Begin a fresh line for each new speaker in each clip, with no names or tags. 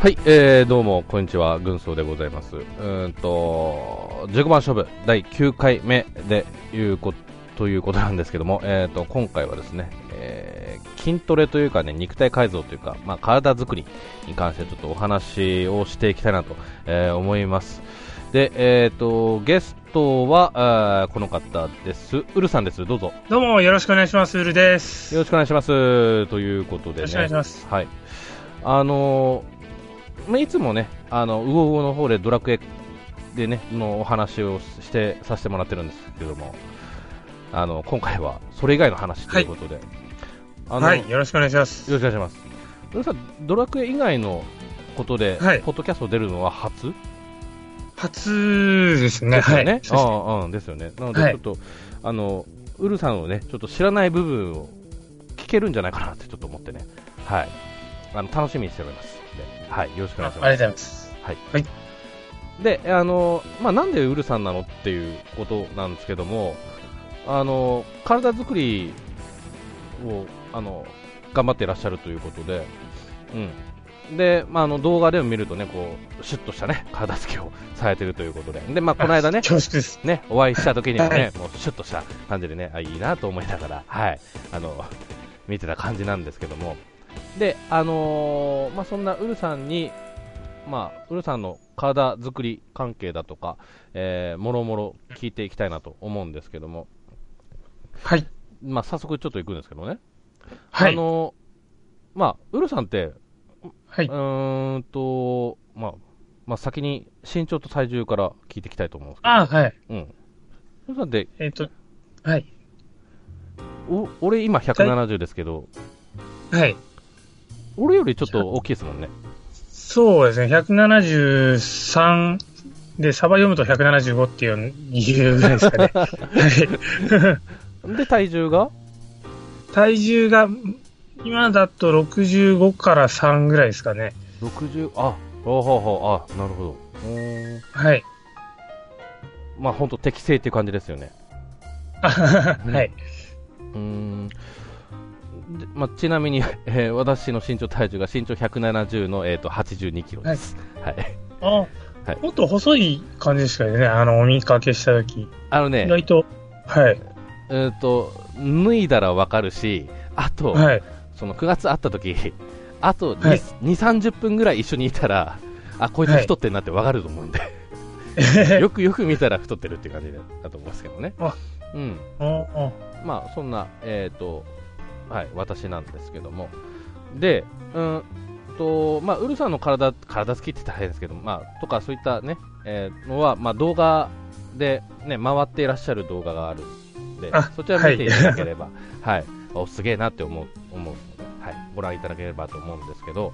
はい、えー、どうも、こんにちは、軍曹でございます。うんと、15番勝負、第9回目でいうこと、ということなんですけども、えーと、今回はですね、えー、筋トレというかね、肉体改造というか、まあ、体作りに関してちょっとお話をしていきたいなと、えー、思います。で、えっ、ー、と、ゲストは、この方です。ウルさんです。どうぞ。
どうも、よろしくお願いします。ウルです。
よろしくお願いします。ということで、ね、よろ
しくお願いします。
はい。あのまあ、いつもね、あの、うおうおの方でドラクエでね、のお話をして、させてもらってるんですけども、あの、今回は、それ以外の話ということで。はい、
あのはい、よろしくお願いします。
よろしくお願いします。ウルさん、ドラクエ以外のことで、はい、ポッドキャスト出るのは初
初ですね。
ですよね。はい、ああ、ですよね。なので、ちょっと、はい、あの、ウルさんをね、ちょっと知らない部分を聞けるんじゃないかなってちょっと思ってね。はい。あの、楽しみにしております。はい。よろしくお願いします。
ありがとうございます。
はい。はい。で、あの、まあ、なんでウルさんなのっていうことなんですけども、あの、体作りを、あの、頑張っていらっしゃるということで、うん。で、まあ、あの動画でも見るとね、こう、シュッとしたね、体つきをされてるということで、で、まあ、この間ね、ね、お会いした時にもね、もうシュッとした感じでね、あ、いいなと思いながら、はい、あの、見てた感じなんですけども、で、あのー、まあ、そんなウルさんに、まあ、ウルさんの体作り関係だとか、えー、もろもろ聞いていきたいなと思うんですけども、
はい。
まあ、早速ちょっと行くんですけどね、
はい。
あのー、まあ、ウルさんって、
はい、
うんと、まあ、まあ、先に身長と体重から聞いていきたいと思うんですけ
ど。あはい。
うん。それなんで、
えっ、ー、と、はい。
お俺今170ですけど、
はい。
俺よりちょっと大きいですもんね。。
そうですね、173で、サバ読むと175っていうぐらいですかね。はい
で、体重が
体重が、今だと65から3ぐらいですかね。
60、あ、ほうほうほう、あ、なるほ
ど。はい。
まあ、本当適正っていう感じですよね。
はい。
うん。でまあ、ちなみに、 えー、私の身長体重が身長170の、えーと、と82キロです。はい。
はい、あ、はい、もっと細い感じでしたよね、あの、お見かけした時。
あのね、
意外と、はい。
えっ、と、脱いだらわかるし、あと、はい、その9月会った 時あと2、はい、30分ぐらい一緒にいたら、あこいつ太ってんなって分かると思うんで、 はい、よくよく見たら太ってるって感じだと思いますけどね。うん、まあそんな、えーとはい、私なんですけども、で、うんとまあ、ウルさんの体体つきって大変ですけど、まあ、とかそういったね、ねえー、のは、まあ、動画で、ね、回っていらっしゃる動画があるんで、そちら見ていただければ。はいはいおすげえなって思う思う、はい、ご覧いただければと思うんですけど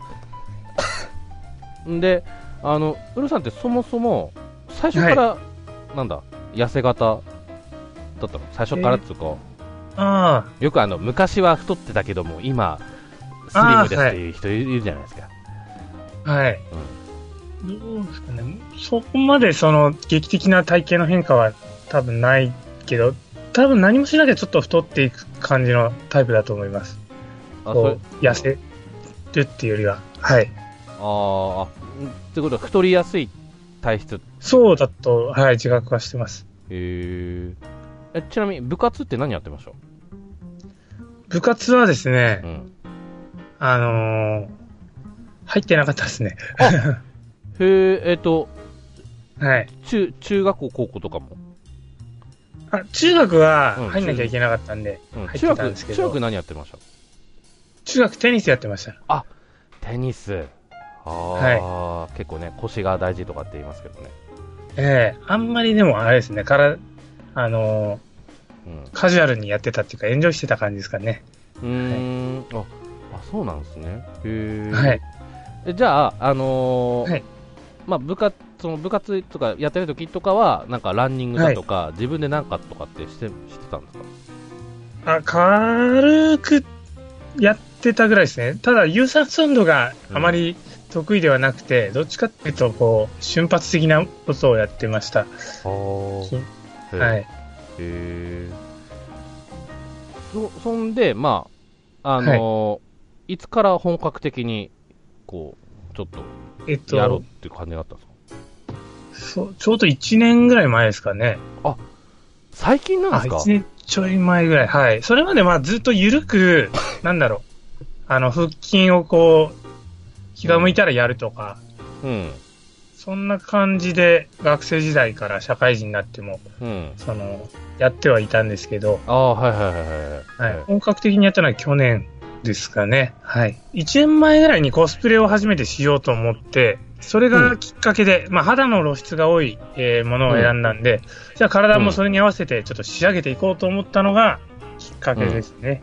であのウルさんってそもそも最初から、はい、なんだ痩せ型だったの最初からっつうか、
えー、
よくあの昔は太ってたけども今スリムですっていう人いるじゃないですか
はい、うん、どうですかねそこまでその劇的な体型の変化は多分ないけど多分何もしなきゃちょっと太っていく感じのタイプだと思います。あそう痩せるっていうよりは。はい。
ああ、ってことは太りやすい体質
そうだと、はい、自覚はしてます。
へえ。ちなみに部活って何やってました
部活はですね、うん、あのー、入ってなかったですね。
へえ、えっ、ー、と、
はい。
中、中学校、高校とかも
あ中学は入んなきゃいけなかったんで、うん、入ってたんですけど、
中学何やってました
中学テニスやってました。
あテニス。あはい、結構ね、腰が大事とかって言いますけどね。
ええー、あんまりでもあれですね、から、あのー、うん、カジュアルにやってたっていうか、エンジョイしてた感じですかね。
うん、はい、あ、あ、そうなんですね。
へはい
え。じゃあ、あのー、はい、まあ、部活、その部活とかやってる時とかは、なんかランニングだとか、はい、自分で何かとかってしてしてたんです
かあ軽くやってたぐらいですね、ただ、有酸素運動があまり得意ではなくて、うん、どっちかっていうとこう、瞬発的なことをやってました。はい、
へそそんで、まああのーはい、いつから本格的にこうちょっと
えっと、
やろうっていう感じだったんですか
そうちょうど1年ぐらい前ですかね。
最近なん
あ、
ですか
1年ちょい前ぐらい。はい。それまでまあずっと 緩く、なんだろう。あの、腹筋をこう、気が向いたらやるとか、
うん。
そんな感じで学生時代から社会人になっても、
うん。
その、やってはいたんですけど、
ああ、はいはいはいはい。
はい。本格的にやったのは去年ですかね。はい。1年前ぐらいにコスプレを初めてしようと思って、それがきっかけで、まあ肌の露出が多い、えーものを選んだんで、じゃあ体もそれに合わせてちょっと仕上げていこうと思ったのがきっかけですね。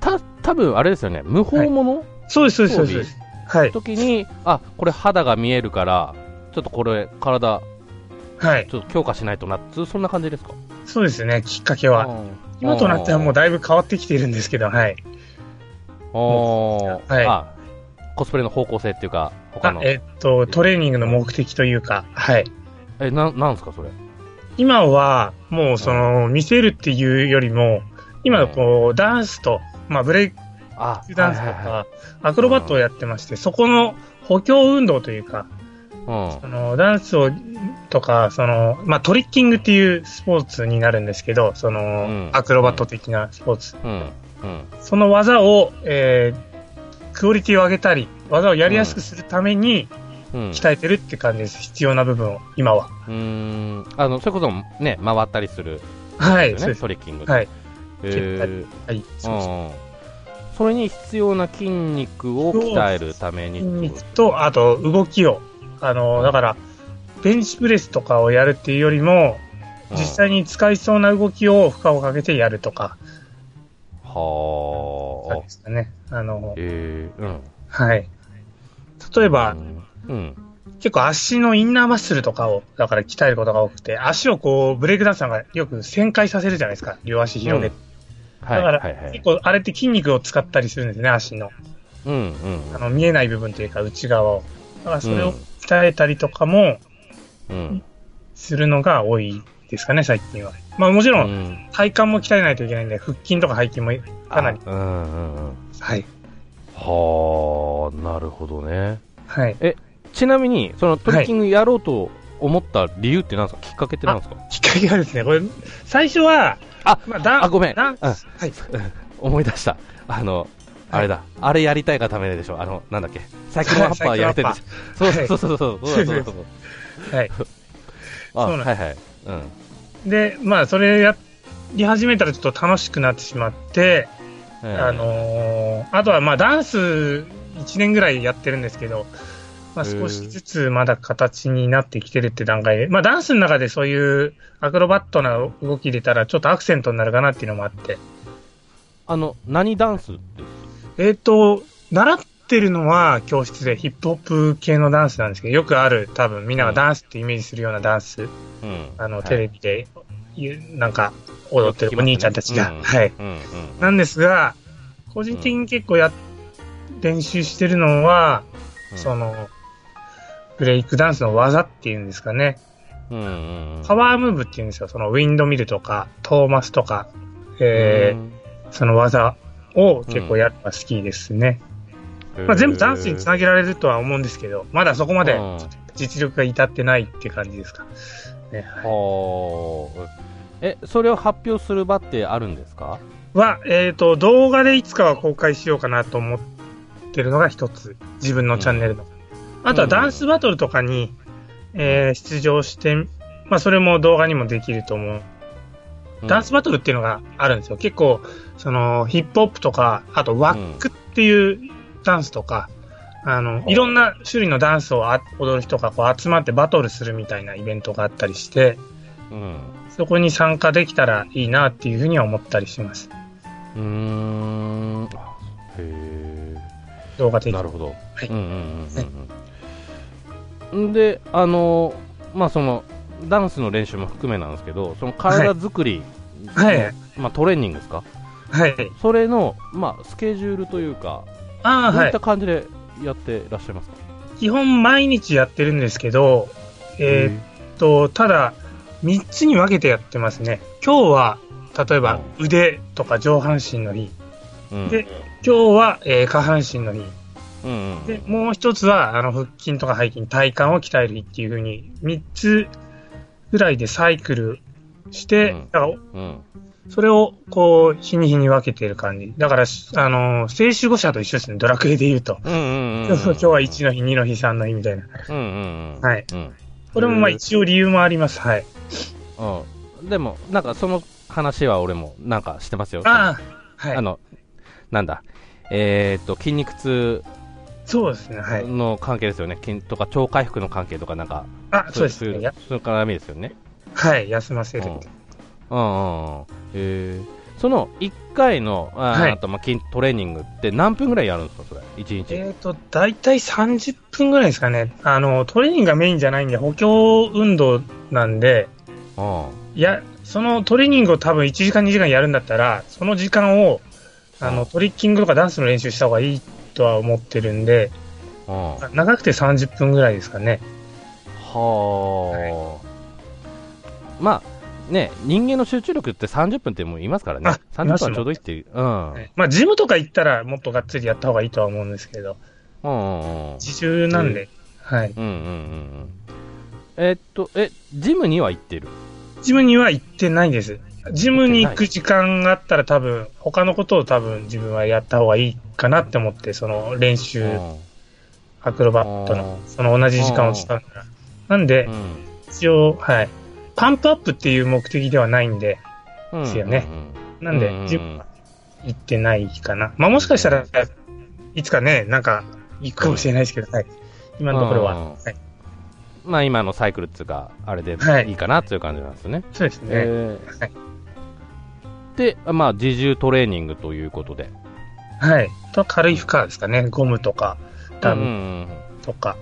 た、多分あれですよね、無法者
そうです、そうです、そうですそうです。はい。
時に、あ、これ肌が見えるから、ちょっとこれ、体、
はい。
ちょっと強化しないとなっつう、そんな感じですか
そうですね、きっかけは。今となってはもうだいぶ変わってきているんですけど、はい。
あー、
はい
あコスプレの方向性っていうか、他
あ
の。
え
え、
っと、トレーニングの目的というか、はい。
な、なんですか、それ。
今は、もうその、見せるっていうよりも、今こう、ダンスと、まあ、ブレイク
あ、
ダンスと
はいはいは
か、アクロバットをやってまして、そこの補強運動というか、
い
あの、ダンスを、とか、その、まあ、トリッキングっていうスポーツになるんですけど、その、
ん
アクロバット的なスポーツ。
うん。うん。うん。
その技を、えークオリティを上げたり、技をやりやすくするために
うん。
鍛えてるって感じです。必要な部分を、今は。
うーん。あの、それこそ、ね、回ったりする、
は
ね
い、そうです。
トリッキング。
はい。
へー
はい、そうです。
うんそれに必要な筋肉を鍛えるために
筋肉と、あと、動きを。あの、だから、ベンチプレスとかをやるっていうよりも、実際に使いそうな動きを負荷をかけてやるとか、
うんはあ
ですかね。あの、
えー、うん
はい。例えば、
うん
結構足のインナーマッスルとかを、だから鍛えることが多くて、足をこう、ブレイクダンスさんがよく旋回させるじゃないですか。両足広げて。
はい
だから、
はいはい
結構あれって筋肉を使ったりするんですね、足の。
うんうん
あの、見えない部分というか、内側を。だからそれ
う
を
ん
鍛えたりとかも
うん
するのが多いですかね、最近は。まあもちろ、
うんん
体幹も鍛えないといけないんで、腹筋とか背筋もかなり。
あうんうんうん
はい。
はあなるほどね
はい。
ちなみにそのトリッキングやろうと思った理由って何ですかきっかけって何ですか
きっかけがですね、これ、最初は、
あ
まあ、ダン
あごめん
ダンス
うん
はい。
思い出したあのあれだ、あれやりたいがためでしょあのなんだっけサイクルハッパーやりたいでしょ
サイク
そ
ロ
う
ン
そ
ハ
うそうそうそうそうそう
はい。
あ
そうなん
はいはいうん
で、まあ、それやり始めたらちょっと楽しくなってしまって、
うん
あのーあとはまあ、ダンス1年ぐらいやってるんですけど、まあ、
へー
少しずつまだ形になってきてるって段階で、まあ、ダンスの中でそういうアクロバットな動き入れたら、ちょっとアクセントになるかなっていうのもあって。
あの何ダンスって
えっ、と、習ってるのは教室でヒップホップ系のダンスなんですけど、よくある多分みんながダンスってイメージするようなダンス、
うん
あの、
はい
テレビで、ゆなんか踊って
よく聞きます
る
ね
お兄ちゃんたちが、
うん
はい。
うんうん
なんですが、個人的に結構や、練習してるのは、
うん
その、ブレイクダンスの技っていうんですかね。
うんうんうん
パワームーブっていうんですよ。そのウィンドミルとか、トーマスとか、えーその技を結構やるのが好きですね。
うん
まあ、全部ダンスにつなげられるとは思うんですけど、まだそこまで
うん
実力が至ってないって感じですか。ね、はい
はあえそれを発表する場ってあるんですか
は、えっ、と、動画でいつかは公開しようかなと思ってるのが一つ。自分のチャンネルの。あとはダンスバトルとかに、えー出場して、まあ、それも動画にもできると思う。ダンスバトルっていうのがあるんですよ。結構、その、ヒップホップとか、あとワックっていうダンスとか、あの、いろんな種類のダンスをあ踊る人がこう集まってバトルするみたいなイベントがあったりして、
うん
そこに参加できたらいいなっていうふうには思ったりします。
うーんあへ
動画的
え
に。
なるほど
い
うんうんうんうんうんであのまあそのダンスの練習も含めなんですけどその体作りの
はい
まあトレーニングですか
はい。
それのまあスケジュールというか
ああ、
どう
はいい
った。感じでやってらっしゃいますか
基本毎日やってるんですけど、えーっと、ただ、3つに分けてやってますね。今日は、例えば腕とか上半身の日。
うん
で、今日は、えー下半身の日。
うんうん
で、もう一つは、あの、腹筋とか背筋、体幹を鍛えるっていうふうに、三つぐらいでサイクルして、
うん
だから、
うん
それを、こう、日に日に分けてる感じ。だから、しあの、性守護者と一緒ですね。ドラクエで言うと。
うんうんうんうん
今日は1の日、2の日、3の日みたいな。
うんうんうん
はい。
うん
これもまあ一応理由もあります。はい。
うん、でも、なんかその話は俺もなんかしてますよ。
ああ、はい。
あの、なんだ、えーっと、筋肉痛
そうですね。はい。
の関係ですよね。筋とか超回復の関係とかなんか、
あ、そうですね。
い
や
それからみですよね。
はい。休ませる
う
っ
ん
て。
うんうんうん。えー、その1回の、あー
はい
あとまあ筋トレーニングって何分ぐらいやるんですか、それ。1日。
えっ、と、だいたい30分ぐらいですかね。あの、トレーニングがメインじゃないんで、補強運動なんで、
うん
いや、そのトレーニングを多分1時間2時間やるんだったら、その時間を、あ
うん
の、トリッキングとかダンスの練習した方がいいとは思ってるんで、
うん。は
長くて30分ぐらいですかね。
あ。まあ、ね、人間の集中力って30分ってもう言いますからね
あ。
30分はちょうどいいっていう。うん。
はいまあ、ジムとか行ったらもっとがっつりやった方がいいとは思うんですけど、
うんうんうん。
自重なんで、はい。
うんうんうんうん。えっと、え、ジムには行ってる
ジムには行ってないんです。ジムに行く時間があったら多分、他のことを多分自分はやった方がいいかなって思って、その練習、
うん
アクロバットの
う、
その同じ時間を使うなら。なんで
う、ん
一応、はい。パンプアップっていう目的ではないんで、
うん。
ですよねなん
うう
で
う、
ジムは行ってないかな。まあもしかしたら、いつかね、なんか、行くかもしれないですけど、はい。今のところ
うん
は。はい。
まあ今のサイクルっていうか、あれで
はい
いいかなっていう感じなんですね。
そうですね。
えー
はい
で、まあ自重トレーニングということで。
はい。と、軽い負荷ですかね。ゴムとか、ダ
うんう
ム
ん
とか。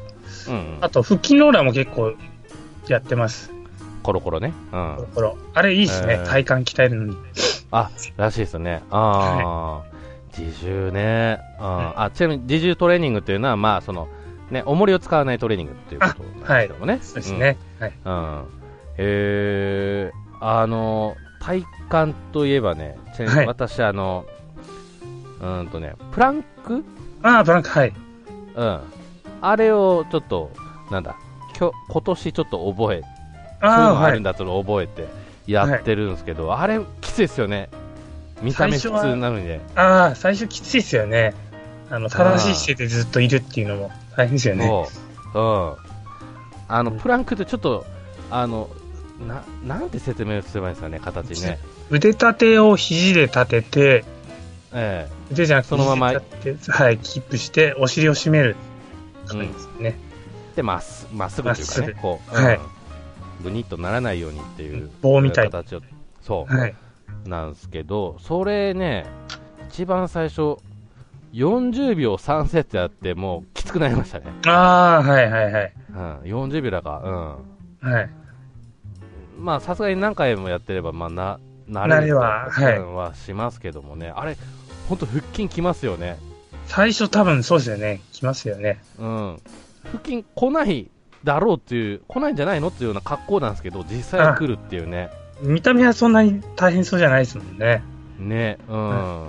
うん。うんうん
あと、腹筋ローラーも結構やってます。
コロコロね。う
この
ん。
頃あれいいっす
え
ね
ー。
体幹鍛えるのに。
あ、らしいですね。ああ。自重ね。あーあ、ちなみに自重トレーニングっていうのは、まあその、ね、重りを使わないトレーニングっていうことなんですけどもね。
そうですね。はい。
うん。えー、あの、体感といえばね、ちなみに
はい
私、あの、うーんとね、プランク
ああ、ブランク、はい。
うん。あれをちょっと、なんだ、きょ今年ちょっと覚え、そういう
ああ、
のがあ
は
るん
い。
だっていうのを覚えてやってるんですけど、あれ、きついですよね。見た目普
最初は
通なのにね。
ああ、最初きついっすよね。あの、正しい姿勢でずっといるっていうのも大変ですよね。
そう。うん。あの、プランクってちょっと、あの、な、なんて説明すればいいんですかね、形ね。
腕立てを肘で立てて、
ええ
腕じゃなくて
そのまま
肘で立ててはい、キープして、お尻を締める感じですね。
でまっすまっすぐというか
まっすぐ
ね、こう、
はい
うんぐにっとならないようにっていう
棒みたいな。
形をそう、
はい。
なんですけど、それね、一番最初、40秒3セットやって、もうきつくなりましたね、
ああ、はいはいはい。
うん、40秒だから、
はい。
うん、まあさすがに何回もやってれば、まあな、慣
慣れははい
うんはしますけどもね、あれ、本当、腹筋きますよね、
最初多分そうですよね。きますよね。
うん、腹筋来ないだろうっていう、来ないんじゃないのっていうような格好なんですけど、実際は来るっていうね。
見た目はそんなに大変そうじゃないですもんね。
ねうん、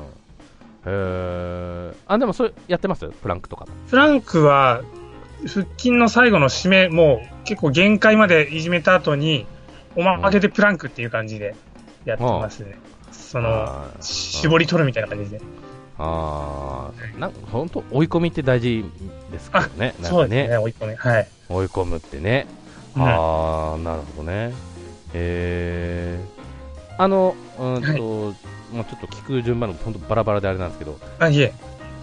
えーあでもそれやってますプランクとか
フランクは、腹筋の最後の締め、もう結構限界までいじめた後に、おまけでプランクっていう感じでやってますね。その、
あー
絞り取るみたいな感じで。
あーなん本当追い込みって大事ですからねなんか
そうですね、追い込み。はい。
追い込むってね、
うん
ああなるほどねえー、あのうんと、
はい
もうちょっと聞く順番の本当バラバラであれなんですけど
あ、いえ。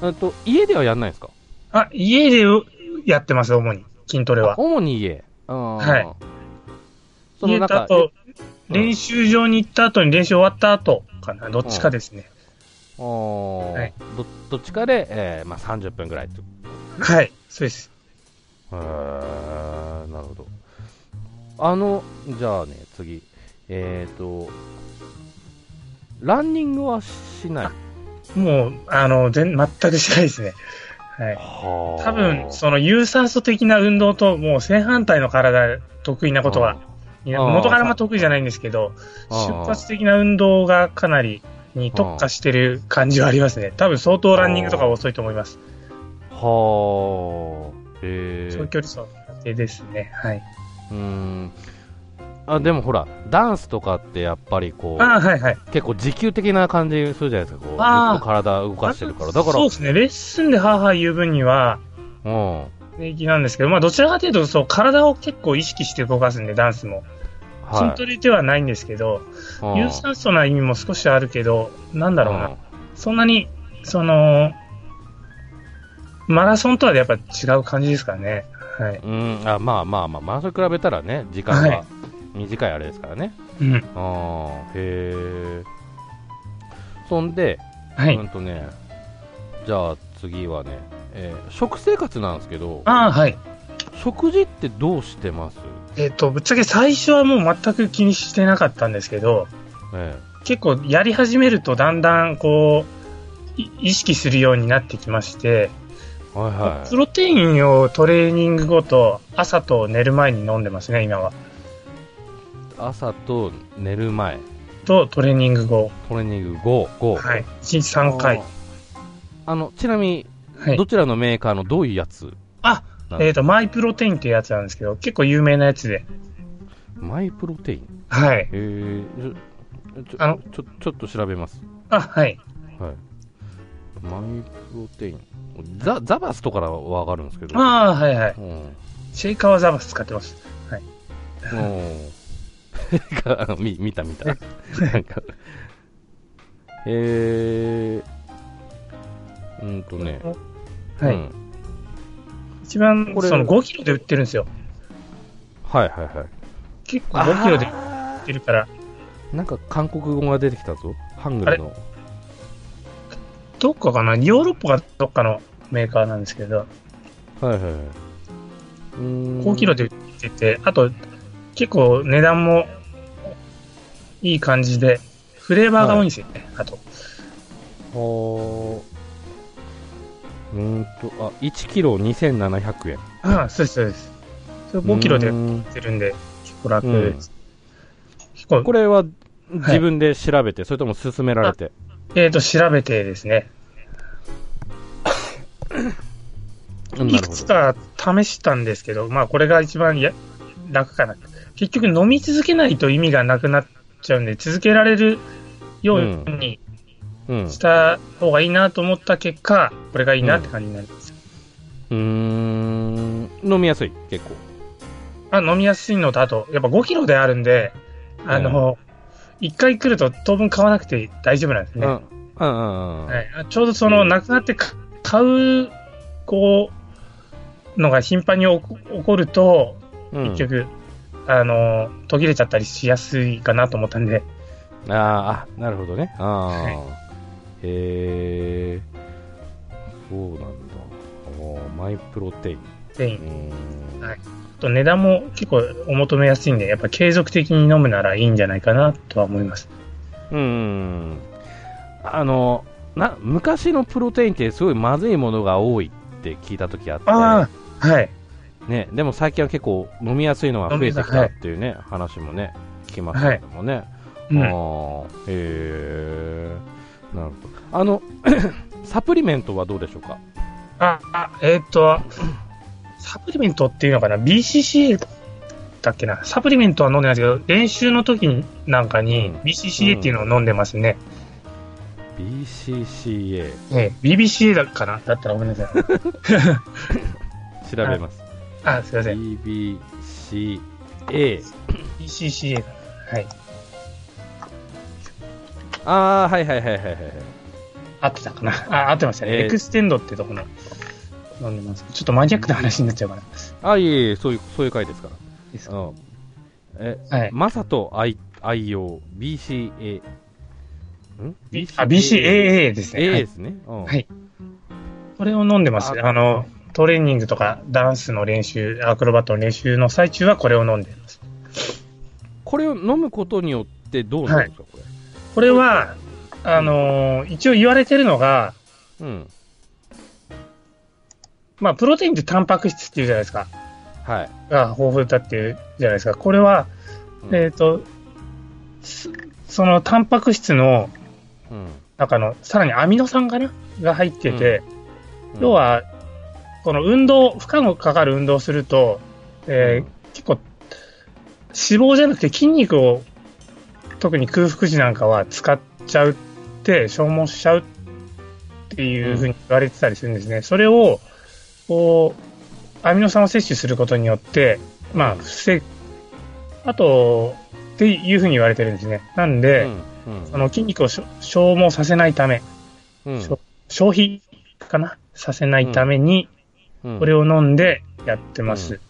うんと家ではやんないんですか
あ、家でやってます、主に。筋トレは。
主に家は
はい
その
家と
中
あと、
うん
練習場に行った後に練習終わった後かな。どっちかですね。
おー
はい
どどっちかで、えーまあ、30分ぐらいって
はい。そうです。
へーなるほど。あの、じゃあね、次。えっ、と、ランニングはしない。
もう、あの、全、全くしないですね。はい。
は
多分、その有酸素的な運動と、もう正反対の体、得意なことが、いや
あー
元からあんま得意じゃないんですけど、
あー
出発的な運動がかなりに特化してる感じはありますね。多分、相当ランニングとか遅いと思います。
ははあ。へ
長
え。
距離走ですね。はい。
うん。あ、でもほら、ダンスとかってやっぱりこ
あ
う、
あ、はいはい。
結構時給的な感じするじゃないですか。こう、ずっと
あー
体動かしてるから。だから、
そうですね。レッスンでハーハー言う分には、
うん。
平気なんですけど、まあ、どちらかというと、そう、体を結構意識して動かすんで、ダンスも。筋
はい
トレではないんですけど、
うん。
有酸素な意味も少しあるけど、なんだろうな。
ん
そんなに、その、マラソンとはやっぱ違う感じですかね。はい。
うん、あまあまあまあ、まあ、それ比べたらね、時間
は
が短いあれですからね。
うん。
ああ、へえ。そんで、
は
う
い。
んとね、じゃあ次はね、えー食生活なんですけど、
ああ、はい。
食事ってどうしてます
えっ、と、ぶっちゃけ最初はもう全く気にしてなかったんですけど、
え
結構やり始めるとだんだんこう、い意識するようになってきまして、
えはいは
プロテインをトレーニング後と朝と寝る前に飲んでますね、今は。
い。朝と寝る前、
とトレーニング後。
トレーニング後、後。
はい。1日3回。。
あの、ちなみに、
はい
ど。ちらのメーカーのどういうやつ
あ、えっ、と、マイプロテインっていうやつなんですけど、結構有名なやつで。
マイプロテイン
はい。
えー、ちょ、ち
あの
ょ、ちょちょっと調べます。
あ、はい。
はい。マイプロテイン。ザ、ザバスとかからはわかるんですけど。
ああ、はいはい。
うん。うん。
シェイカーはザバス使ってます。
あの 見見た 見た。なんか。えー。うんとね。
はい。
うん
一番、
これ
その5キロで売ってるんですよ。
はいはいはい。
結構5キロで売っ
あ
てるから、
ーなんか韓国語が出てきたぞ。ハングルの。
どっかかな、ヨーロッパかどっかのメーカーなんですけど、
はいはいはい。うーん
5キロで売ってて、あと、結構値段もいい感じで、フレーバーが多いんですよね、あと。
はあうーんと、あ、1キロ2700円。
ああ、そうです、そうです。それ5キロで
う
売
ーん
ってるんで、結構楽です。結構
これは自分で調べて、それとも勧められて。
えっ、と、調べてですね、
うん
いくつ。か試したんですけど、まあ、これが一番や楽かな。結局、飲み続けないと意味がなくなっちゃうんで、続けられるように
うん。う
した方がいいなと思った結果、これがいいなって感じになります。
ーん。飲みやすい、結構。
あ飲みやすいのと、あと、やっぱ5キロであるんで、あの、一回来ると当分買わなくて大丈夫なんですね。
う
は
ん。うんうんうん。
い、あちょうどその、
うん
なくなってか買う、こう、のが頻繁に起こ起こると、
うん
結局、あの、途切れちゃったりしやすいかなと思ったんで、
あーあ、なるほどね。ああ、
はい
へえ。そうなんだ。おーマイプロテイン。
全
う
員。
ーん。
はいあと値段も結構お求めやすいんで、やっぱ継続的に飲むならいいんじゃないかなとは思います。
うん。あの、な、昔のプロテインってすごいまずいものが多いって聞いた時あって。
ああ、はい。
ね、でも最近は結構飲みやすいのが増えてきたっていうね、話もね、聞きましたけどもね。
うん
あーへーなるほど。あの、 サプリメントはどうでしょうか
あ、あえっ、と、サプリメントっていうのかな ?BCCA だっけなサプリメントは飲んでないですけど、練習の時になんかに
うん
BCCA っていうのを飲んでますね。
?BCCA。
ええ BBCA だかなだったらごめんなさい。
調べます。
あ、すいません。
BBCA。
BCCA だ。はい。
あー、はいはいはいはいはいはい。
合ってたかなあ、合ってましたね。
ええ
エクステンドってとこの飲んでます。ちょっとマニアックな話になっちゃうかな。
あ、いえいえ、そういう、そういう回ですか
です
ら。うん。え、
はい。
マサと愛愛用 BCA。ん
あ、BCAA ですね。は
A で
い。
すね。うん
はいこれを飲んでます。
あ
あの、トレーニングとかダンスの練習、アクロバットの練習の最中はこれを飲んでます。
これを飲むことによってどうなるんですか、こ
これは、あのー一応言われてるのが、
れ。うん。
まあ、プロテインってタンパク質っていうじゃないですか。
はい。
が豊富だっていうじゃないですか。これは、
うん
えっ、と、すそのタンパク質の
うん
中の、さらにアミノ酸かなが入ってて、
うん
要は、この運動、負荷のかかる運動をすると、えー結構、脂肪じゃなくて筋肉を、特に空腹時なんかは使っちゃうって、消耗しちゃうっていうふうに言われてたりするんですね。それを、こう、アミノ酸を摂取することによって、まあ、防ぐ。あと、っていうふうに言われてるんですね。なんで、その筋肉をしょ消耗させないため、消消費かなさせないために、これ
を、
を飲んでやってます。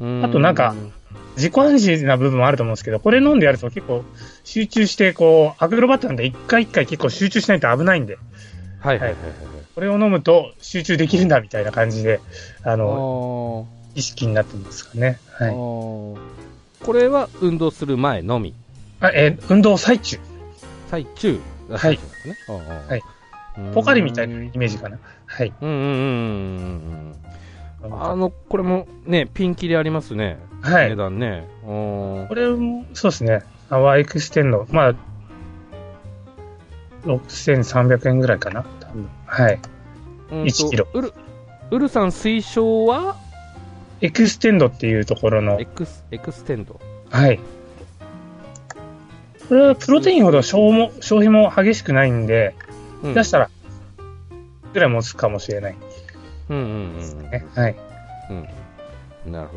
あとなんか自己暗示な部分もあると思うんですけど、これ飲んでやると結構集中して、こう、アクロバットなんで一回一回結構集中しないと危ないんで、
はいはいはいはい。
これを飲むと集中できるんだみたいな感じで、あ
あ
の、
ー
意識になってるんですかね。は
あ
い。
ーこれは運動する前のみ、
あえー運動最中。
最中が
は
最
い
中ですね。
は。
はい
ポカリみたいなイメージかな。はい。
うんうんうんうんうん。あの、これもね、ピンキリありますね。
は
値
い。
段ね。うん
これも、そうですね。アワーエクステンの、まあ、6300円ぐらいかな。多分はい。
うんと
1キロ
ウルウルさん推奨は
エクステンドっていうところの
エ、クスエクステンド。
はい。これはプロテインほど消耗消費も激しくないんで、
うん
出したら、ぐらい持つかもしれない
うんうんうんうん
ね。はい。
うん、なるほ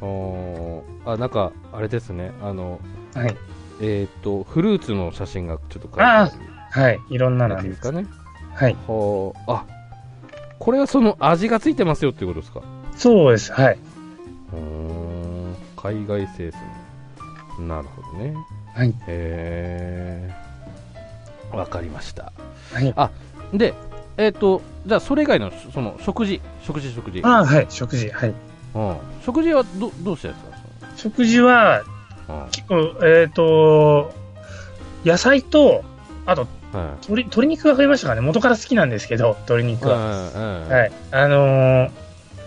ど。おーあ、なんか、あれですね、あの、
はい。
えっ、と、フルーツの写真がちょっと書いてある
はい。いろんなのあ
ん
り
で
ます
か。
す
ね。
はい。
ほうあ、これはその味がついてますよっていうことですか。
そうです。はい。
うーん、海外生産。なるほどね。
はい。
へー。わかりました。
はい。
で、えっ、と、じゃあ、それ以外の、その、食事、食事、食事。
ああ、はい。食事。はい。
うん、食事はどどうしてるんです
食事は、
か、うん
結構、えっ、と、野菜と、あと
は
鶏、鶏肉が増えましたかね。元から好きなんですけど、鶏
い
肉は。
はいは
はいい。あのー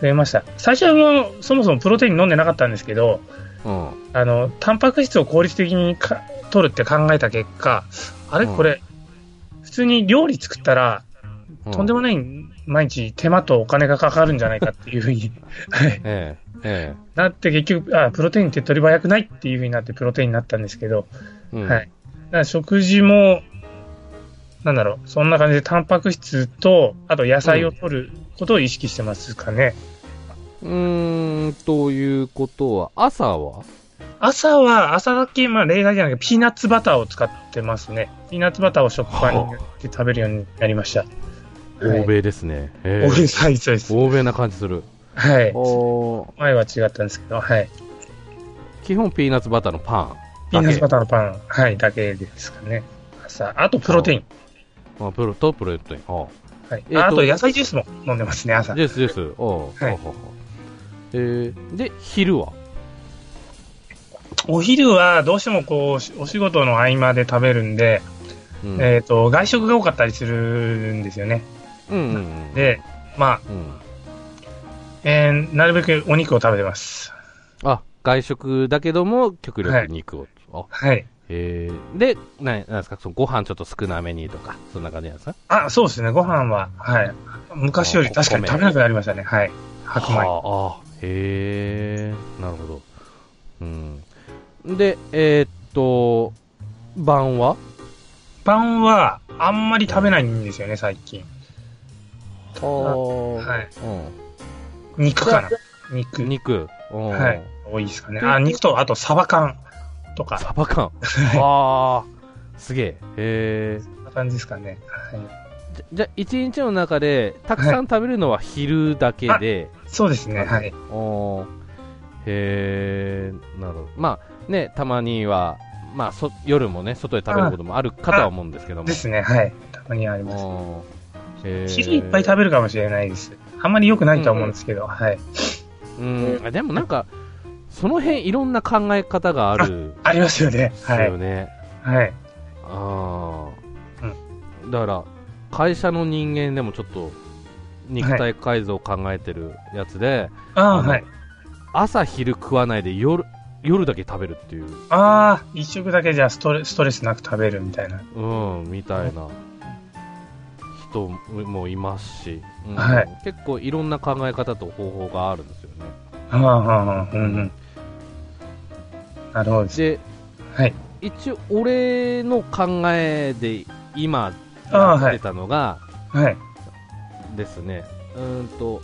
増えました。最初はもう、そもそもプロテイン飲んでなかったんですけど、
うん
あの、タンパク質を効率的にか取るって考えた結果、あれ
うん
これ、普通に料理作ったら、
う
とんでもない、毎日手間とお金がかかるんじゃないかっていうふうに、はい
ええ、え
なって結局、あ、プロテイン手っ取り早くないっていうふうになってプロテインになったんですけど、
え。うん
はい。。だから食事も、なんだろう、そんな感じでタンパク質と、あと野菜を取ることを意識してますかね。
うーん、ということは、朝は
朝は、朝だけ、まあ例外じゃなくて、ピーナッツバターを使ってますね。ピーナッツバターを食パンに塗って食べるようになりました。はい
欧米ですね。ええ
大げ さ、はい、そうです。
欧米な感じする。
はい。
おー
前は違ったんですけど、はい。
基本ピーナッツバターのパンだけ。
ピーナッツバターのパン、はい、だけですかね。朝。あと、プロテイン。
あプロとプロテイン。あ
はい。
えーと
ああと、野菜ジュースも飲んでますね、朝。
ジェスジェス。おう
はい
ほうほうほうえーで、昼は
お昼は、どうしてもこう、お仕事の合間で食べるんで、
うん
えっ、と、外食が多かったりするんですよね。
うんうんうん。
で、ま
うん
あ、えーなるべくお肉を食べてます。
あ、外食だけども、極
はい
力肉を。あ
はい。
えー、で、ななんですか、そのご飯ちょっと少なめにとか、そんな感じなんですか
あ、そうですね、ご飯は、はい。昔より確かに食べなくなりましたね、はい。白
あ
米。
あああ、へえ、なるほど。うん。で、えーっと、晩は
晩は、あんまり食べないんですよね、最近。
は
はい。
う
肉かな。肉。
ん。肉。うん
はい。多いですかね。あ、肉と、あと、サバ缶とか、
サバ缶。ああ、すげえ。へえ。
そんな感じですかね。はい。
じゃじゃあ、一日の中で、たくさん食べるのは昼だけで、
そうですね、はい。
おーへえ、なるほど。まあ、ね、たまには、まあ、そ夜もね、外で食べることもあるかとは思うんですけども。
ですね、はい。たまにあります。
おー
昼いっぱい食べるかもしれないです。あんまり良くないとは思うんですけど、はい。
うん、あでもなんか、その辺いろんな考え方があるんで
ありますよね。
す
は
よ
い。
ね。
はい。
ああ、だから、会社の人間でもちょっと肉体改造を考えてるやつで、
あ
あ
あー、
の
はい。
朝昼食わないで夜、夜だけ食べるっていう、
ああ、一食だけじゃストレストレスなく食べるみたいな。
うん、みたいな人もいますし、うん
はい
結構いろんな考え方と方法があるんですよね。
はあはあはあ、うんうん。なるほどです。
で、
はい。
一応俺の考えで今
ああ
やっ
は
て
い。
たのが
はい。
ですね、うーんと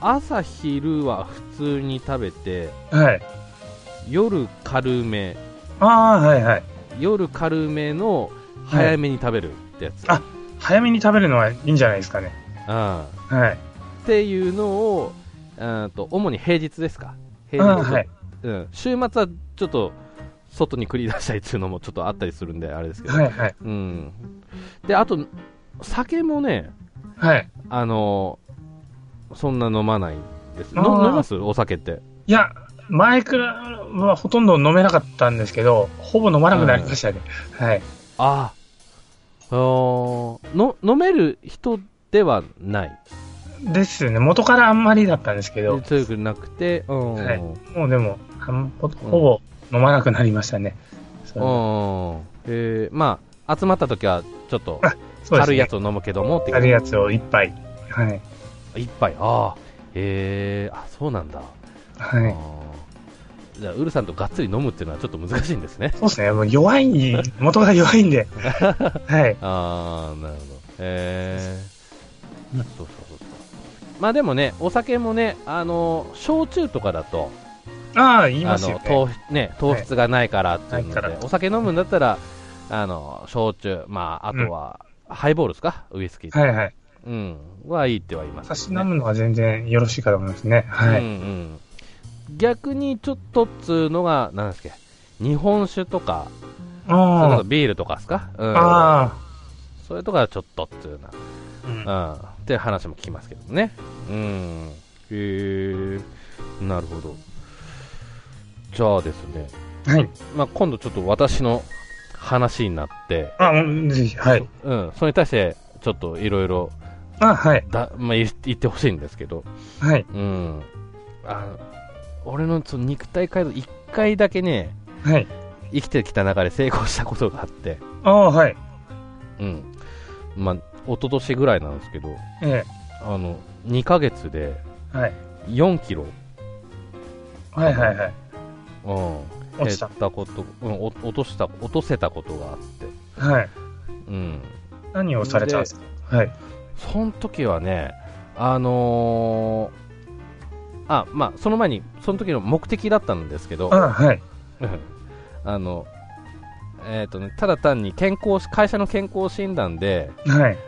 朝昼は普通に食べて
はい。
夜軽め
ああ、はいはい。
夜軽めの早めに食べるってやつ、
あ早めに食べるのはいいんじゃないですかね。
うん、っ
はい。
ていうのをうーんと主に平日ですか
あ
平
あ、
日、
はい。
うん、週末はちょっと外に繰り出したりっていうのもちょっとあったりするんであれですけど、
はいはい。
うん、であと酒もね
はい。
あのそんな飲まないですの
あー
飲みますお酒って
いや、前からはほとんど飲めなかったんですけど、ほぼ飲まなくなりましたね。はい。
ああの飲める人ではない
ですよね。元からあんまりだったんですけど、
強くなくて、うん
はいもうでも、あんほほぼ飲まなくなりましたね。そう
うんえーまあ集まった時はちょっと
あ そうですね。
軽いやつを飲むけどもって
軽
い
いうやつを一杯。はい。
一杯ああえー、あそうなんだ、
は
あ
い。
ーじゃあウルさんとがっつり飲むっていうのはちょっと難しいんですね
そうですね。もう弱い、 元が弱いんで。はい。
ああなるほどえー
うん
そうそうそうそうまあでもねお酒もねあの焼酎とかだと
ああ、言いま
あ
すよ
の
ね。
糖ね糖質がないからっていうので、
ないから
お酒飲むんだったらあの焼酎まああとは、ハイボールですかウイスキーとか
はいはい。
うんはいいっては言います
差し飲むのは全然よろしいかと思いますね。は
う
い。
んうん、逆にちょっとっつうのが何ですっけ日本酒とかそれこ
あ
そビールとかですか、う
あ。
ん、
あ
それとかちょっとっつうな
あ。う
うん、っ
ん
て話も聞きますけどね。うん。へえ、なるほど。じゃあですね、
はい。
まあ、今度ちょっと私の話になって、
あ、うんぜひ、はい。
うん、それに対してちょっといろいろ
あ、はい。
だ、まあ、言言ってほしいんですけど、
はい。
うん。あの俺のその肉体改造1回だけね、
はい。
生きてきた中で成功したことがあって、
ああ、はい。
うん。まあ、一昨年ぐらいなんですけど、
え
あの、2ヶ月で
え。はい。
4キロ、
はいはいはい。
うん、
落ちた
減。ったこと、うん、お落とした落とせたことがあって、
はい。
うん、
何をされたんですかはい。
その時はね、あのーあまあ、その前にその時の目的だったんですけど、
ああ、はい。
うん あのえーとね、ただ単に健康会社の健康診断で
はい。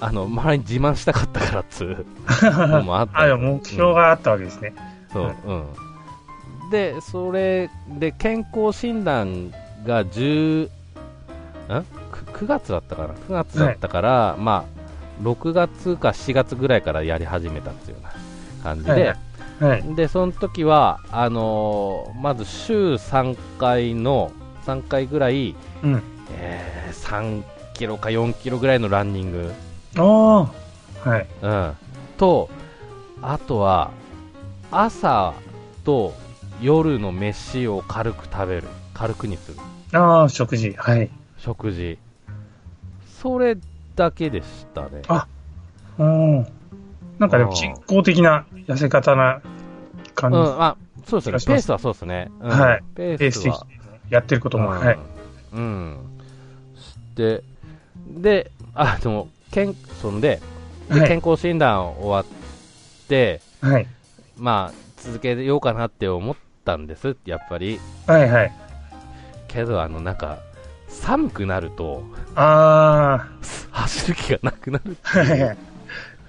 あの周りに自慢したかったからっつうのもあ った
あ、でも目標があったわけですね。
そう、うん。で、それで健康診断が10んく 9, 月だったかな、9月だったから、まあ、6月か4月ぐらいからやり始めたっていうような感じで、
はいはい。
で、その時は、あのーまず週3回の、3回ぐらい、
うん。
えー3キロか4キロぐらいのランニング、
ああ。はい。
うん、と、あとは朝と夜の飯を軽く食べる、軽くにする、
ああ、食事。はい。
食事、それだけでしたね、
あうん。なんかでも、人工的な痩せ方な
う
感
ん、
じ、
あそうです
気
ね、
がし
ペ
ま
ー
す
スはそうですね、うん
はい、
ペ
ペー
ー
ス
ス
的に
は、
やってることも、はい。
うん、して、で、あの、けんそんでで
はい
健康診断終わって、
はい。
まあ、続けようかなって思ったんです、やっぱり。
はいはい。
けどあのなんか寒くなると
あ
す走る気がなくなる
あ、はい。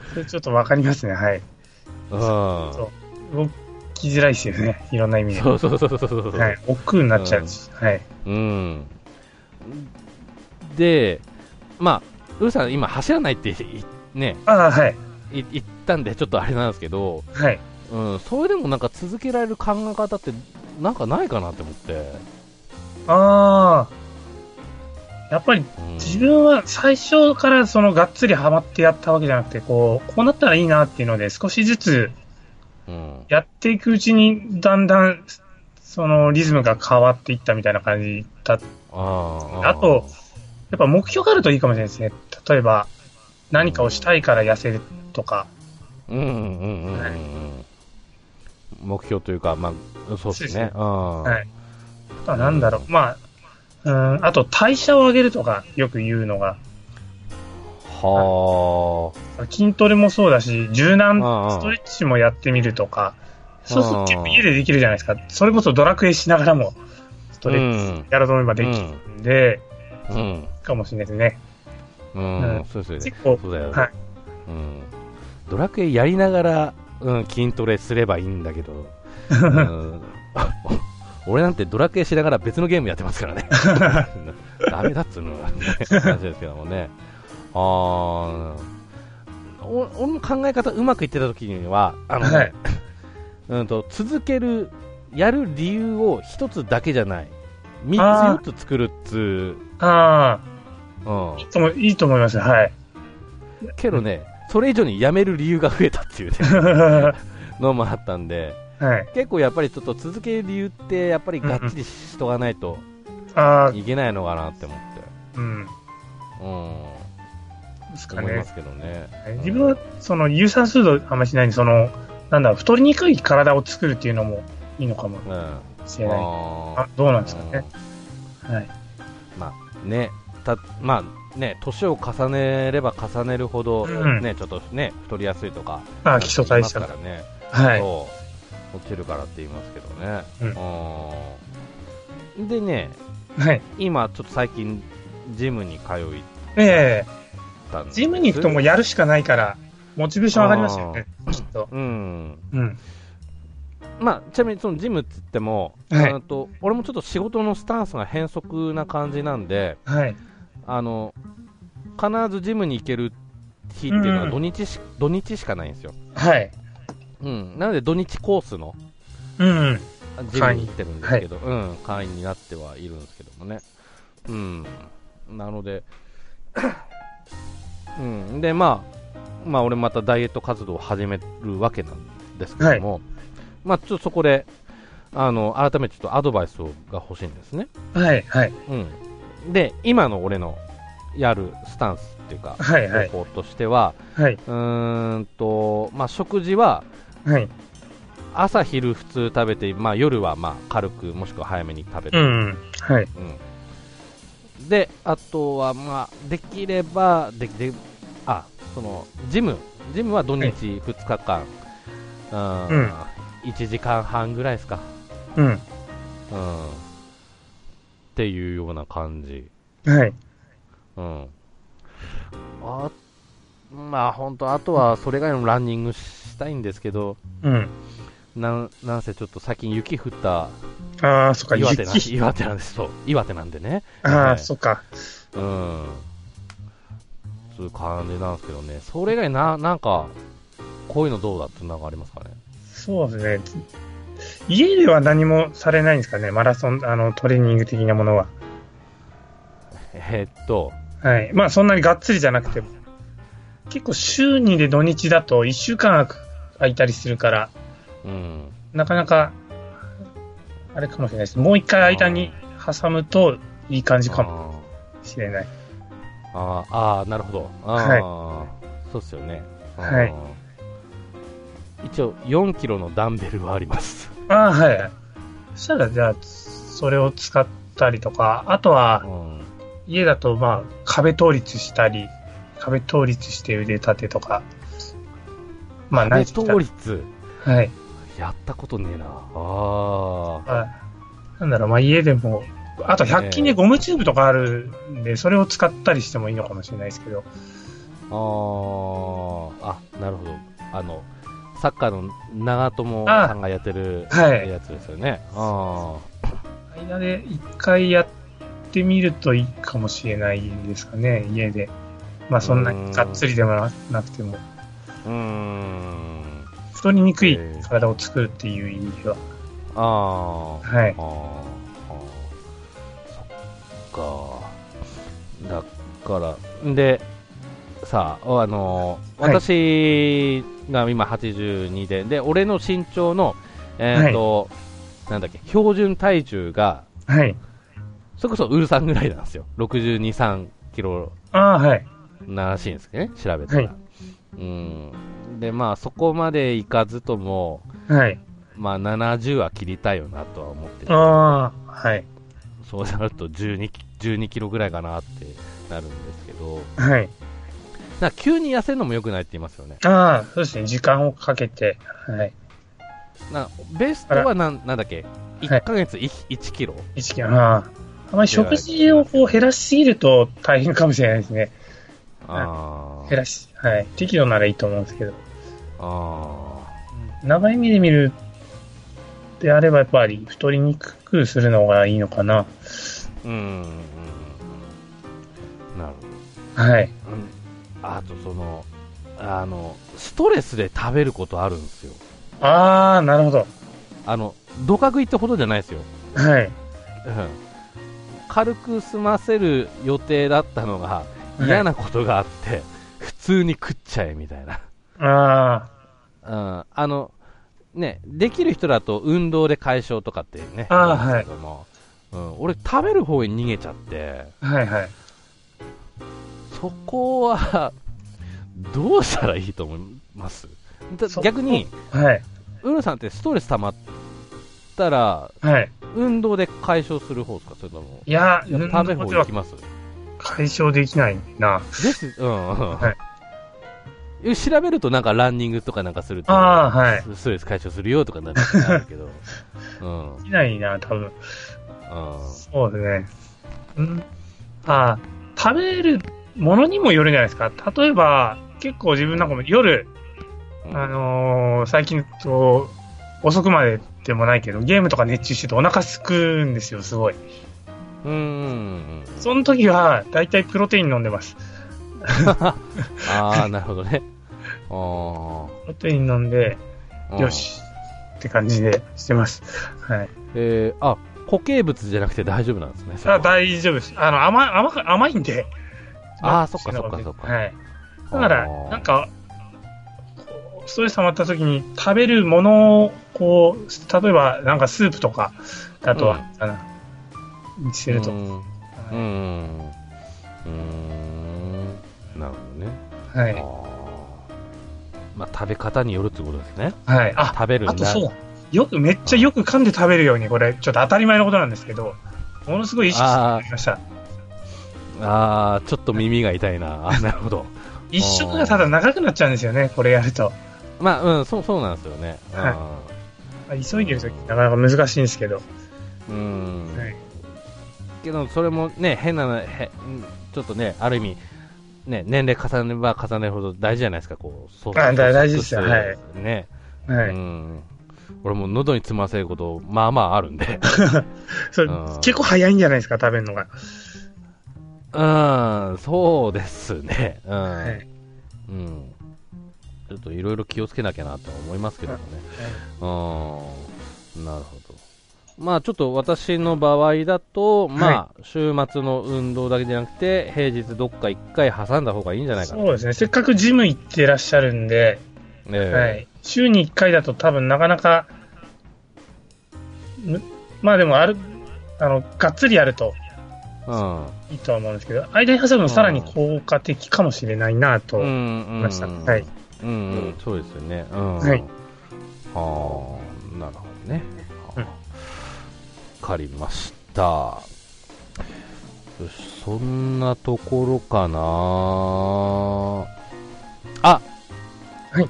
それちょっとわかりますね、はい。
う
そ
ん
動きづらいですよね、いろんな意味で。
そうそうそうそうそうそう、
はい。億劫になっちゃうし、はい。
うんでまあウルさん今走らないっていね
ああ、はい。
い言ったんでちょっとあれなんですけど、
はい。
うん、それでもなんか続けられる考え方ってなんかないかなって思って、
ああ、やっぱり
うん、
自分は最初からそのがっつりハマってやったわけじゃなくて、こう、こうなったらいいなっていうので、少しずつ
うん
やっていくうちに、だんだん、そのリズムが変わっていったみたいな感じだ。や
あー
あとっぱ目標があるといいかもしれないですね。例えば、何かをしたいから痩せるとか、
うんうんうんうんうん、
はい
目標というか、まあ、そうですね。うん
はい。あとはなんだろう、まあ、うん、あと代謝を上げるとかよく言うのが、
は
筋トレもそうだし、柔軟
うんうん
ストレッチもやってみるとか、そうする
うんう
と
ん
結構家でできるじゃないですか。それこそドラクエしながらもストレッチやろうと思えば
あ。
できるんで、
うん。
かもしれないですね。
うん。
う
うんん、そうですよね。
結構、
そうだよね
はい。
うん。ドラクエやりながら、うん、筋トレすればいいんだけど、うん、 俺なんてドラクエしながら別のゲームやってますから ね。ダメだっつうのが、ね、話ですけどもね。あーお俺の考え方うまくいってた時には、あのね、
はい
うんと続ける、やる理由を一つだけじゃない、三つ
あー
四つ作るっつ
あ
う、うん
あ、いいともいいと思います。はい。
けどね、それ以上にやめる理由が増えたっていう ね、
は
のもあったんで、
い。
結構やっぱりちょっと続ける理由って、やっぱりがっちりしとかないと
ああ、
いけないのかなって思って、
うん。
うん、
ですか
思いま
ね。
すけどね。
自分は、その、有酸素度あんまりしないんで、その、なんだろう、太りにくい体を作るっていうのもいいのかも
うん、あ
しれない。
ー
あ、どうなんですかね。はい。
まあね、たまあね、年を重ねれば重ねるほど、
うん
ね、ちょっとね、太りやすいとか、
あ、基礎代謝
なってきますからね、
はい。
そう落ちるからって言いますけどね。
うん
うんでね、
はい。
今ちょっと最近ジムに通い
ええ
たんです
ジムに行くともうやるしかないから、モチベーション上がりますよね、きっと。
うん
うん。
まあ、ちなみにそのジムって言っても、
はい
あと俺もちょっと仕事のスタンスが変則な感じなんで
はい。
あの必ずジムに行ける日っていうの
うん
は土日し,、土日しかないんですよ、
はい。
うん、なので土日コースの
うん。
ジムに行ってるんですけど、うん、会員になってはいるんですけどもね、うん、なので、 うん、で、まあ、まあ、俺またダイエット活動を始めるわけなんですけども、まあ、ちょっとそこで、あの、改めてちょっとアドバイスをが欲しいんですね。
はい。はい。
うん。で、今の俺のやるスタンスっていうか、
はい。はい。
方法としては、
はい。
うーんと、まあ、食事は、
はい。
朝昼普通食べて、まあ、夜はまあ軽くもしくは早めに食べ
う
る、
ん。はい。
うんであとはまあできればでであそのジムジムは土日2日間、う
うん
ん1時間半ぐらいですか、
うん。
うん、っていうような感じ、
はい。
うん、あまあ本当あとはそれ以外のランニングしたいんですけど
うん。
なんなんせちょっと最近雪降った
ああ、そっか、
岩手なん
雪。
岩手なんです、そう、岩手なんでね、
あ
は
あ、
い
そっか。
うん、そういう感じなんですけどね、それ以外な、なんか、こういうのどうだってなんかありますかね。
そうですね。家では何もされないんですかね、マラソン、あの、トレーニング的なものは。
えーっと、
はい。まあ、そんなにがっつりじゃなくても。結構、週にで土日だと1週間空いたりするから、
うん、
なかなか、あれかもしれないです。もう一回間に挟むといい感じかも
あ
しれない。
ーあー、あーなるほど、あーそうっすよね。あー
はい
一応、4キロのダンベルはあります。
ああ、はい。そしたら、じゃあ、それを使ったりとか、あとは
う、ん、
家だと、まあ、壁倒立したり、壁倒立して腕立てとか、まあ、
ネ
何
ット
し
倒立、
はい。
やったことねえな。あ
まあ、なんだろう、まあ、家でも、あと、100均でゴムチューブとかあるんで、それを使ったりしてもいいのかもしれないですけど、
ああ、あ、なるほど。あの、サッカーの長友さんがやってる
あはい
やつですよね。あ
間で一回やってみるといいかもしれないですかね、家で。まあ、そんなにがっつりでもなくても、
あ、うーん。
太りにくい
えー
体を作るっていう意味では。
あー
はい
あー、。あーそっか。だから、で、さあ、あの、
はい
私が今82で、で、俺の身長の、えっ、と、なんだっけ、標準体重が、
はい。
それこそウルさんぐらいなんですよ。62、3キロ
ああ、はい。
ならしいんですけどね、調べたら。
はい
うん。で、まあ、そこまでいかずとも、
はい。
まあ、70は切りたいよなとは思ってて
ああ、はい。
そうなると12キ、12キロぐらいかなってなるんですけど、
はい。
なんか急に痩せるのも良くないって言いますよね。
ああ、そうですね。時間をかけて。はい。
なベストはなんなんだっけ、1ヶ月 1,、1キロ
意識が。ああ。あまり食事をこう減らしすぎると大変かもしれないですね。
あ
減
ー
らし、はい。適度ならいいと思うんですけど。
あ
長い目で見るであればやっぱり太りにくくするのがいいのかな。
ー、うんうんうんうん、なる
はい。
ほど、うんあとその、あの、ストレスで食べることあるんですよ。
ああ、なるほど。
あの、ドカ食いってほどじゃないですよ。
はい。
うん軽く済ませる予定だったのが、
い
嫌なことがあって、普通に食っちゃえみたいな。
あ
うん、あの、ね、できる人だと運動で解消とかってね、
あー
言うんですけども、うん、俺食べる方に逃げちゃって、
あ、はいはい。
そこは、どうしたらいいと思いますだ
そ
逆に、
はい。
うるさんってストレス溜まったら、
はい。
運動で解消する方ですかそれとも、
いや、
やっぱ食べる方に行きます
解消できないな。
です、うん、うん
は
え調べるとなんかランニングとかなんかすると、
ああ、はい。
ストレス解消するよとかなるなるけ ど、うん、うん、
できないな、多分。そうですね。んあー食べるものにもよるじゃないですか。例えば、結構自分なんかも夜、あのー最近と遅くまででもないけど、ゲームとか熱中しててお腹すくんですよ、すごい。
うん、うん、
その時は、だいたいプロテイン飲んでます。
ああ、なるほどね。あ
プロテイン飲んで、
あ、
よ。し、って感じでしてます。はい。
えー、あ、固形物じゃなくて大丈夫なんですね。それは
あ大丈夫です。あの、甘い、甘く甘いんで。
あーそっかそっかそっか
はい。だから
あー、
なんか、こうストレス溜まった時に食べるものを、こう、例えば、なんかスープとか、だとは、かな、にしてると。
うん、うん、うん、うんなるほどね。
は
あ
い。
ーまあ、食べ方によるってことですね。
はい。あ、
食べる
あ
ん
と
だ。
そうだ。よく、めっちゃよく噛んで食べるように、これ、ちょっと当たり前のことなんですけど、ものすごい意識してやりました。
ああ、ちょっと耳が痛いな。 あなるほど。
一食がただ長くなっちゃうんですよね、これやると。
まあ、うん、そう、そうなんですよね。
はまあ急いでるとき、
うん
なかなか難しいんですけど。
うん。うん
はい。
けど、それもね、変なの、へうんちょっとね、ある意味、ね、年齢重ねれば重ねるほど大事じゃないですか、こう、そう
あだ大事ですよはい。
ね。
はい。
うん。俺もう喉に詰ませること、まあまああるんで。
それ
うん
結構早いんじゃないですか、食べるのが。
うん、そうですね。うん。
はい
うん。ちょっといろいろ気をつけなきゃなとは思いますけどもね。うん、なるほど。まあちょっと私の場合だと、まあ週末の運動だけじゃなくて、平日どっか一回挟んだ方がいいんじゃないかな。
そうですね、せっかくジム行ってらっしゃるんで、
ええ
はい、週に1回だと多分なかなか、むまあでもある、あの、がっつりやると
うん。
いいとは思うんですけど、間に挟むのさらに効果的かもしれないなと。
うんうん
ましたはい
うんうん、そうですよね。うん。
はい
はあ、なるほどね。
う
わ
ん
かりました。よし、そんなところかなあ
はい。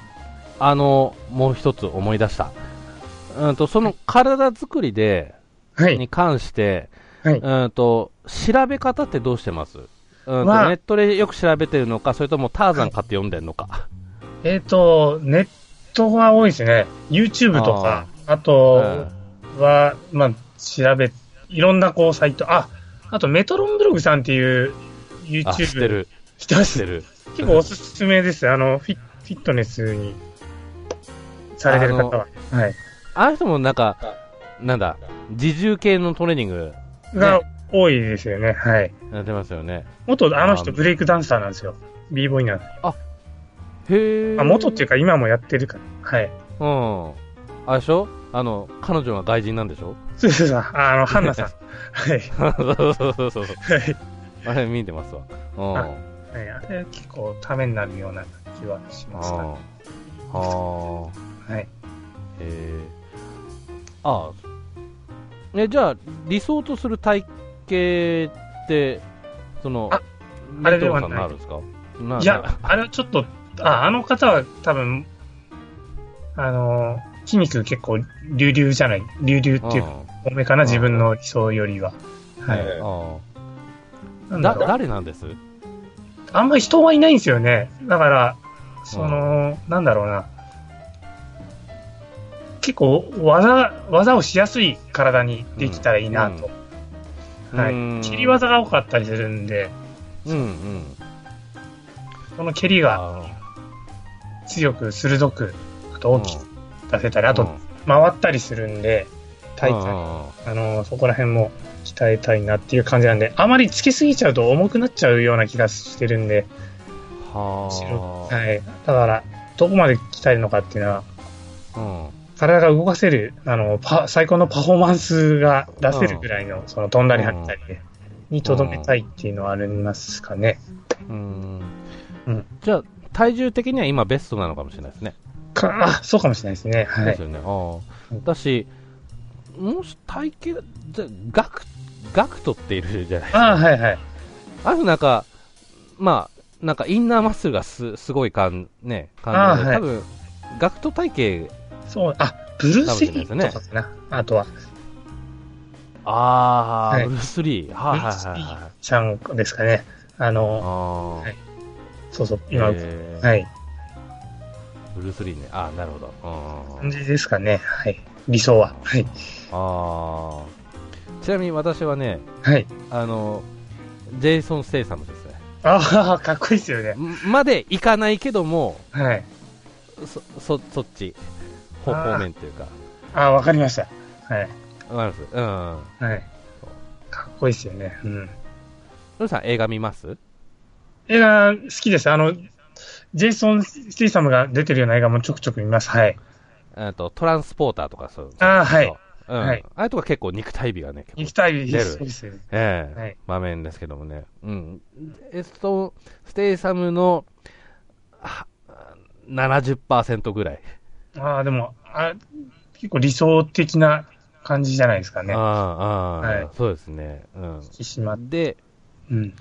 あの、もう一つ思い出した。うんと、その体作りで、
はい。
に関して、
はい。
うんと、調べ方ってどうしてますうんと、
まあ
ネットでよく調べてるのか、それともターザン買って読んでるのか。
えっ、と、ネットが多いですね。YouTube とか、あとは、まあ、調べ、いろんなこうサイト、あ、あとメトロンブログさんっていう
あ、知
YouTube
ってる。
知ってま
知っ
す
てる。
結構おすすめです。あの、フィフィットネスにされてる方は。はい。
あの人もなんか、なんだ、自重系のトレーニング
が多いですよね。はい。
やってますよね。
元、あの人
あー
ブレイクダンサーなんですよ。b ボーイなんで
へえ。
あ、元っていううか今もやってるから。はい。
か。うん。あれでしょあの、彼女は外人なんでしょ
そうそうそう。ああの、ハンナさん。はい。
そうそうそうそう。
はい。
あれ見てますわ。うん。
ね、あれ結構ためになるような気はしますかね。
あー
はい。
えー、あーねじゃあ理想とする体型ってその
あ
レ
あれ
ト
で
ロ
は
さん
ない
のあるんですかない
や、あれはちょっと、あ、あの方は多分、あの、筋肉結構、流々じゃない、流々っていうか、多めかな、
うん
自分の理想よりは。は
え
い。
あー
なんだ
だ
ろう。
誰なんです
あんまり人はいないんですよね。だから、その、なんだろうな。結構、技、技をしやすい体にできたらいいなと。は
うーん
い。蹴り技が多かったりするんで、
うんうん
この蹴りが
あ
強く、鋭く、あと
ー
大きく出せたり、あ
うん
と回ったりするんで、体
うん
幹、
うんうん
あのーそこら辺も鍛えたいなっていう感じなんで、あまりつけすぎちゃうと重くなっちゃうような気がしてるんで、
はあ
はい。だから、どこまで鍛えるのかっていうのは、
うん
体が動かせる、あの、パ最高のパフォーマンスが出せるぐらいの、その飛んだり跳ったりで、にとどめたいっていうのはありますかね。
うん
うん
じゃあ体重的には今ベストなのかもしれないですね
か、あ、そうかもしれないですね。は
で
い
す。よね、あ
う
あ
ん
だし、もし体型、じゃガク、ガクトっているじゃない、
あはいはい。
あのなんか、まあ、なんかインナーマッスルがすすごい感ね、感じで、
ああはい
多分ガクト体型、
そう、あ、ブルース・リーとかかな。あとは、
ああ、
はい
ブルース・リー、はい
ブル
は
ー
い
ス
はい
リ
はい
ー。ちゃんですかね。あ
あ
の、
あ
はいそうそう、今、
えー
はい。
ブルース・リーね、ああ、なるほど、うん
感じですかね。はい。理想は。はい。
ああちなみに私はね、
はい。
あのジェイソン・ステイサムですね、
ああ、かっこいいですよね。
までいかないけども、
はい。
そそそっちほ
あー
方面っていうか
ああ、わかりました。はい。
わかりますうん
はい。かっこいいですよね。うん。
ノリさん映画見ます
映画好きです。あの、ジェイソン・ステイサムが出てるような映画もちょくちょく見ます。はい。
えっとトランスポーターとかそう
あーはい、
うん
はい
あれとか結構肉体美がね結構
行きたいで
出る
す。そうですよね
ええ
はい
場面ですけどもねうんエストステイサムのは70%ぐらい、
ああ、でもあ、結構理想的な感じじゃないですかね
あ。あああ、
はい
そうですね、う
引き締まっ
ん、で
うん。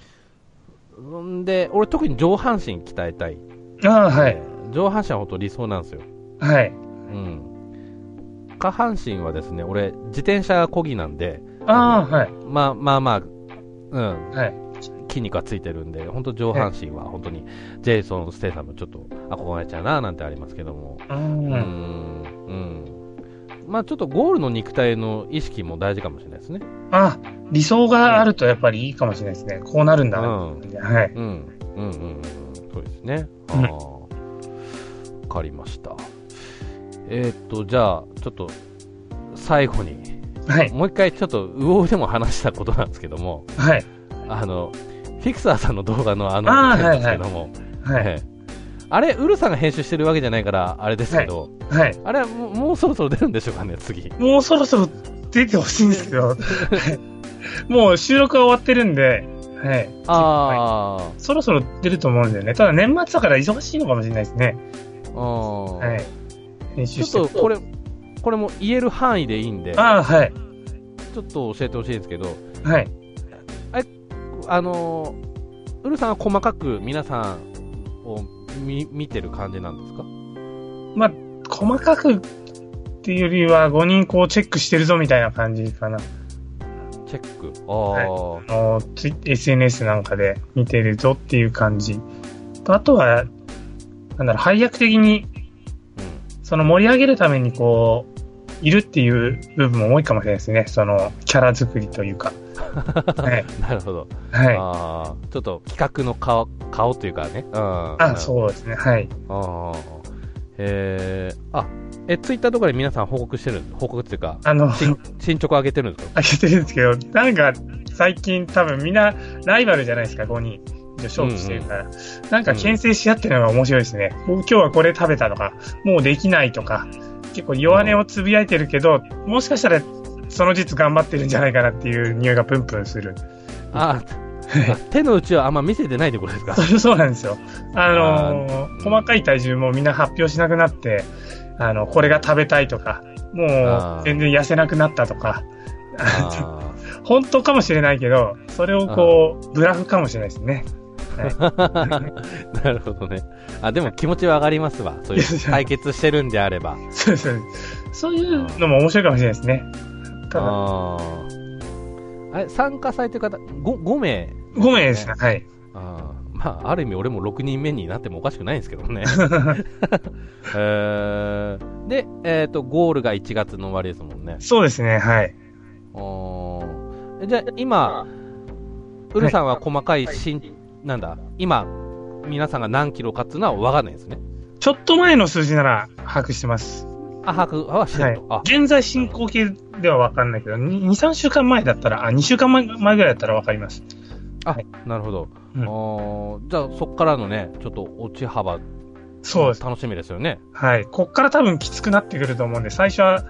んで俺特に上半身鍛えたい、
ああ、はい。
上半身は本当理想なんですよ
はい。
うん、下半身はですね俺、自転車こぎなんで、
ああ、はい。
まあまあまあ、うん、
はい。
筋肉がついてるんで、本当上半身は本当にジェイソン・ステイさんもちょっと憧れちゃうななんてありますけども、
う。
うんん、うん、まあちょっとゴールの肉体の意識も大事かもしれないですね。
あ、理想があるとやっぱりいいかもしれないですね。こうなるんだな。
うん
はい。
うん、うん、うん、うん、そうですね。あ
うん
あ、わかりました。えーっと、じゃあ、ちょっと、最後に、
はい。
もう一回ちょっと、うおうでも話したことなんですけども、
はい。
あの、フィクサーさんの動画のあの、
あー
件ですけども、
はい。
ええあれ、ウルさんが編集してるわけじゃないから、あれですけど、
はい。
あれはもう、もうそろそろ出るんでしょうかね、次。
もうそろそろ出てほしいんですけど、はいもう収録は終わってるんで、はい。
あー、
そろそろ出ると思うんだよね。ただ年末だから忙しいのかもしれないですね。
うん
はい。編集して
ちょっと、これ、これも言える範囲でいいんで、ちょ
ああ、はい。
っと教えてほしいんですけど、
はい。
あのー、ウルさんは細かく皆さんを見見てる感じなんですか
まあ、細かくっていうよりは5人こうチェックしてるぞみたいな感じかな。
チェック。ああ、
あの、ツイ SNS なんかで見てるぞっていう感じ。とあとは、なんだろう、配役的にその盛り上げるためにこう、いるっていう部分も多いかもしれないですね。その、キャラ作りというか。はい。
うん、なるほど。
はい。あ
あーちょっと企画の顔顔というかね。うん、う。
そうですね。はい。
あーえー、あえ、ツイッターとかで皆さん報告してるん報告っていうか、
あの、
進進捗上げてるんですか
あげてるんですけど、なんか最近多分みんなライバルじゃないですか、5人。一応勝負してるから。なんか牽制し合ってるのが面白いですね。こう今日はこれ食べたとか、もうできないとか、結構弱音をつぶやいてるけど、もしかしたらその実頑張ってるんじゃないかなっていう匂いがプンプンする。
あ手の内はあんま見せてないでこれですか。
そうなんですよ。あのー、細かい体重もみんな発表しなくなって、あの、これが食べたいとか、もう全然痩せなくなったとか、 本当かもしれないけど、それをこう、ブラフかもしれないですね。
はい、なるほどね。あ、でも気持ちは上がりますわ。そういう対決してるんであれば。
そうそう。そういうのも面白いかもしれないですね。ただ。
あれ、参加されてる方、5, 5名、ね、
?5 名ですね。はい。
あまあ、ある意味俺も6人目になってもおかしくないんですけどね。えー、で、えっ、ー、と、ゴールが1月の終わりですもんね。
そうですね、はい。
おじゃあ、今、ウルさんは細かい身、はいなんだ、今、皆さんが何キロかっていうのは分かんないですね。
ちょっと前の数字なら把握してます。
あ、把握はしてると、
はい、現在進行形では分かんないけど、2、3週間前だったら、あ、2週間前前ぐらいだったら分かります。
あ、はい、なるほど。うん、じゃあ、そこからのね、ちょっと落ち幅、
そうです。
楽しみですよね。
はい。こっから多分きつくなってくると思うんで、最初は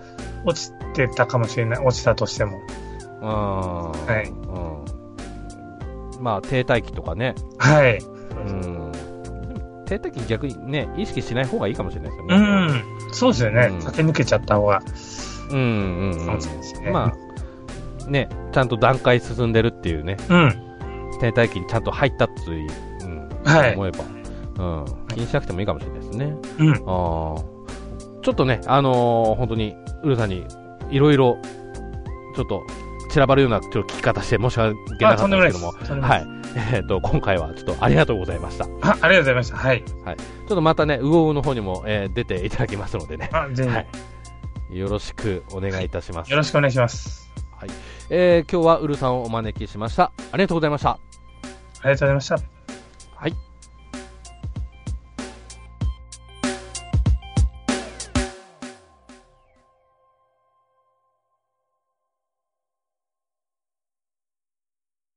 落ちてたかもしれない。落ちたとしても。
うん。はい。うんまあ、停滞期とかね。
はい。
うん。停滞期逆にね、意識しない方がいいかもしれないですよ
ね。うん。そうですよね。うん、駆け抜けちゃった方が。
うんうんうん。そうですね。まあ、ね、ちゃんと段階進んでるっていうね。
うん。
停滞期にちゃんと入ったっていう、うん。はい。思えば。うん。気にしなくてもいいかもしれないですね。
うん。ああ。
ちょっとね、あのー、本当に、ウルさんに、いろいろ、ちょっと、散らばるようなちょっと聞き方して申し訳なかったんですけども、はい。えっ、ー、と、今回はちょっとありがとうございました。
あ、ありがとうございました。はい。
はい。ちょっとまたね、ウオウの方にも、えー、出ていただきますのでね。。
あ、全然、はい
よろしくお願いいたします。
よろしくお願いします。
はい。えー、今日はウルさんをお招きしました。ありがとうございました。あ
りがとうございました。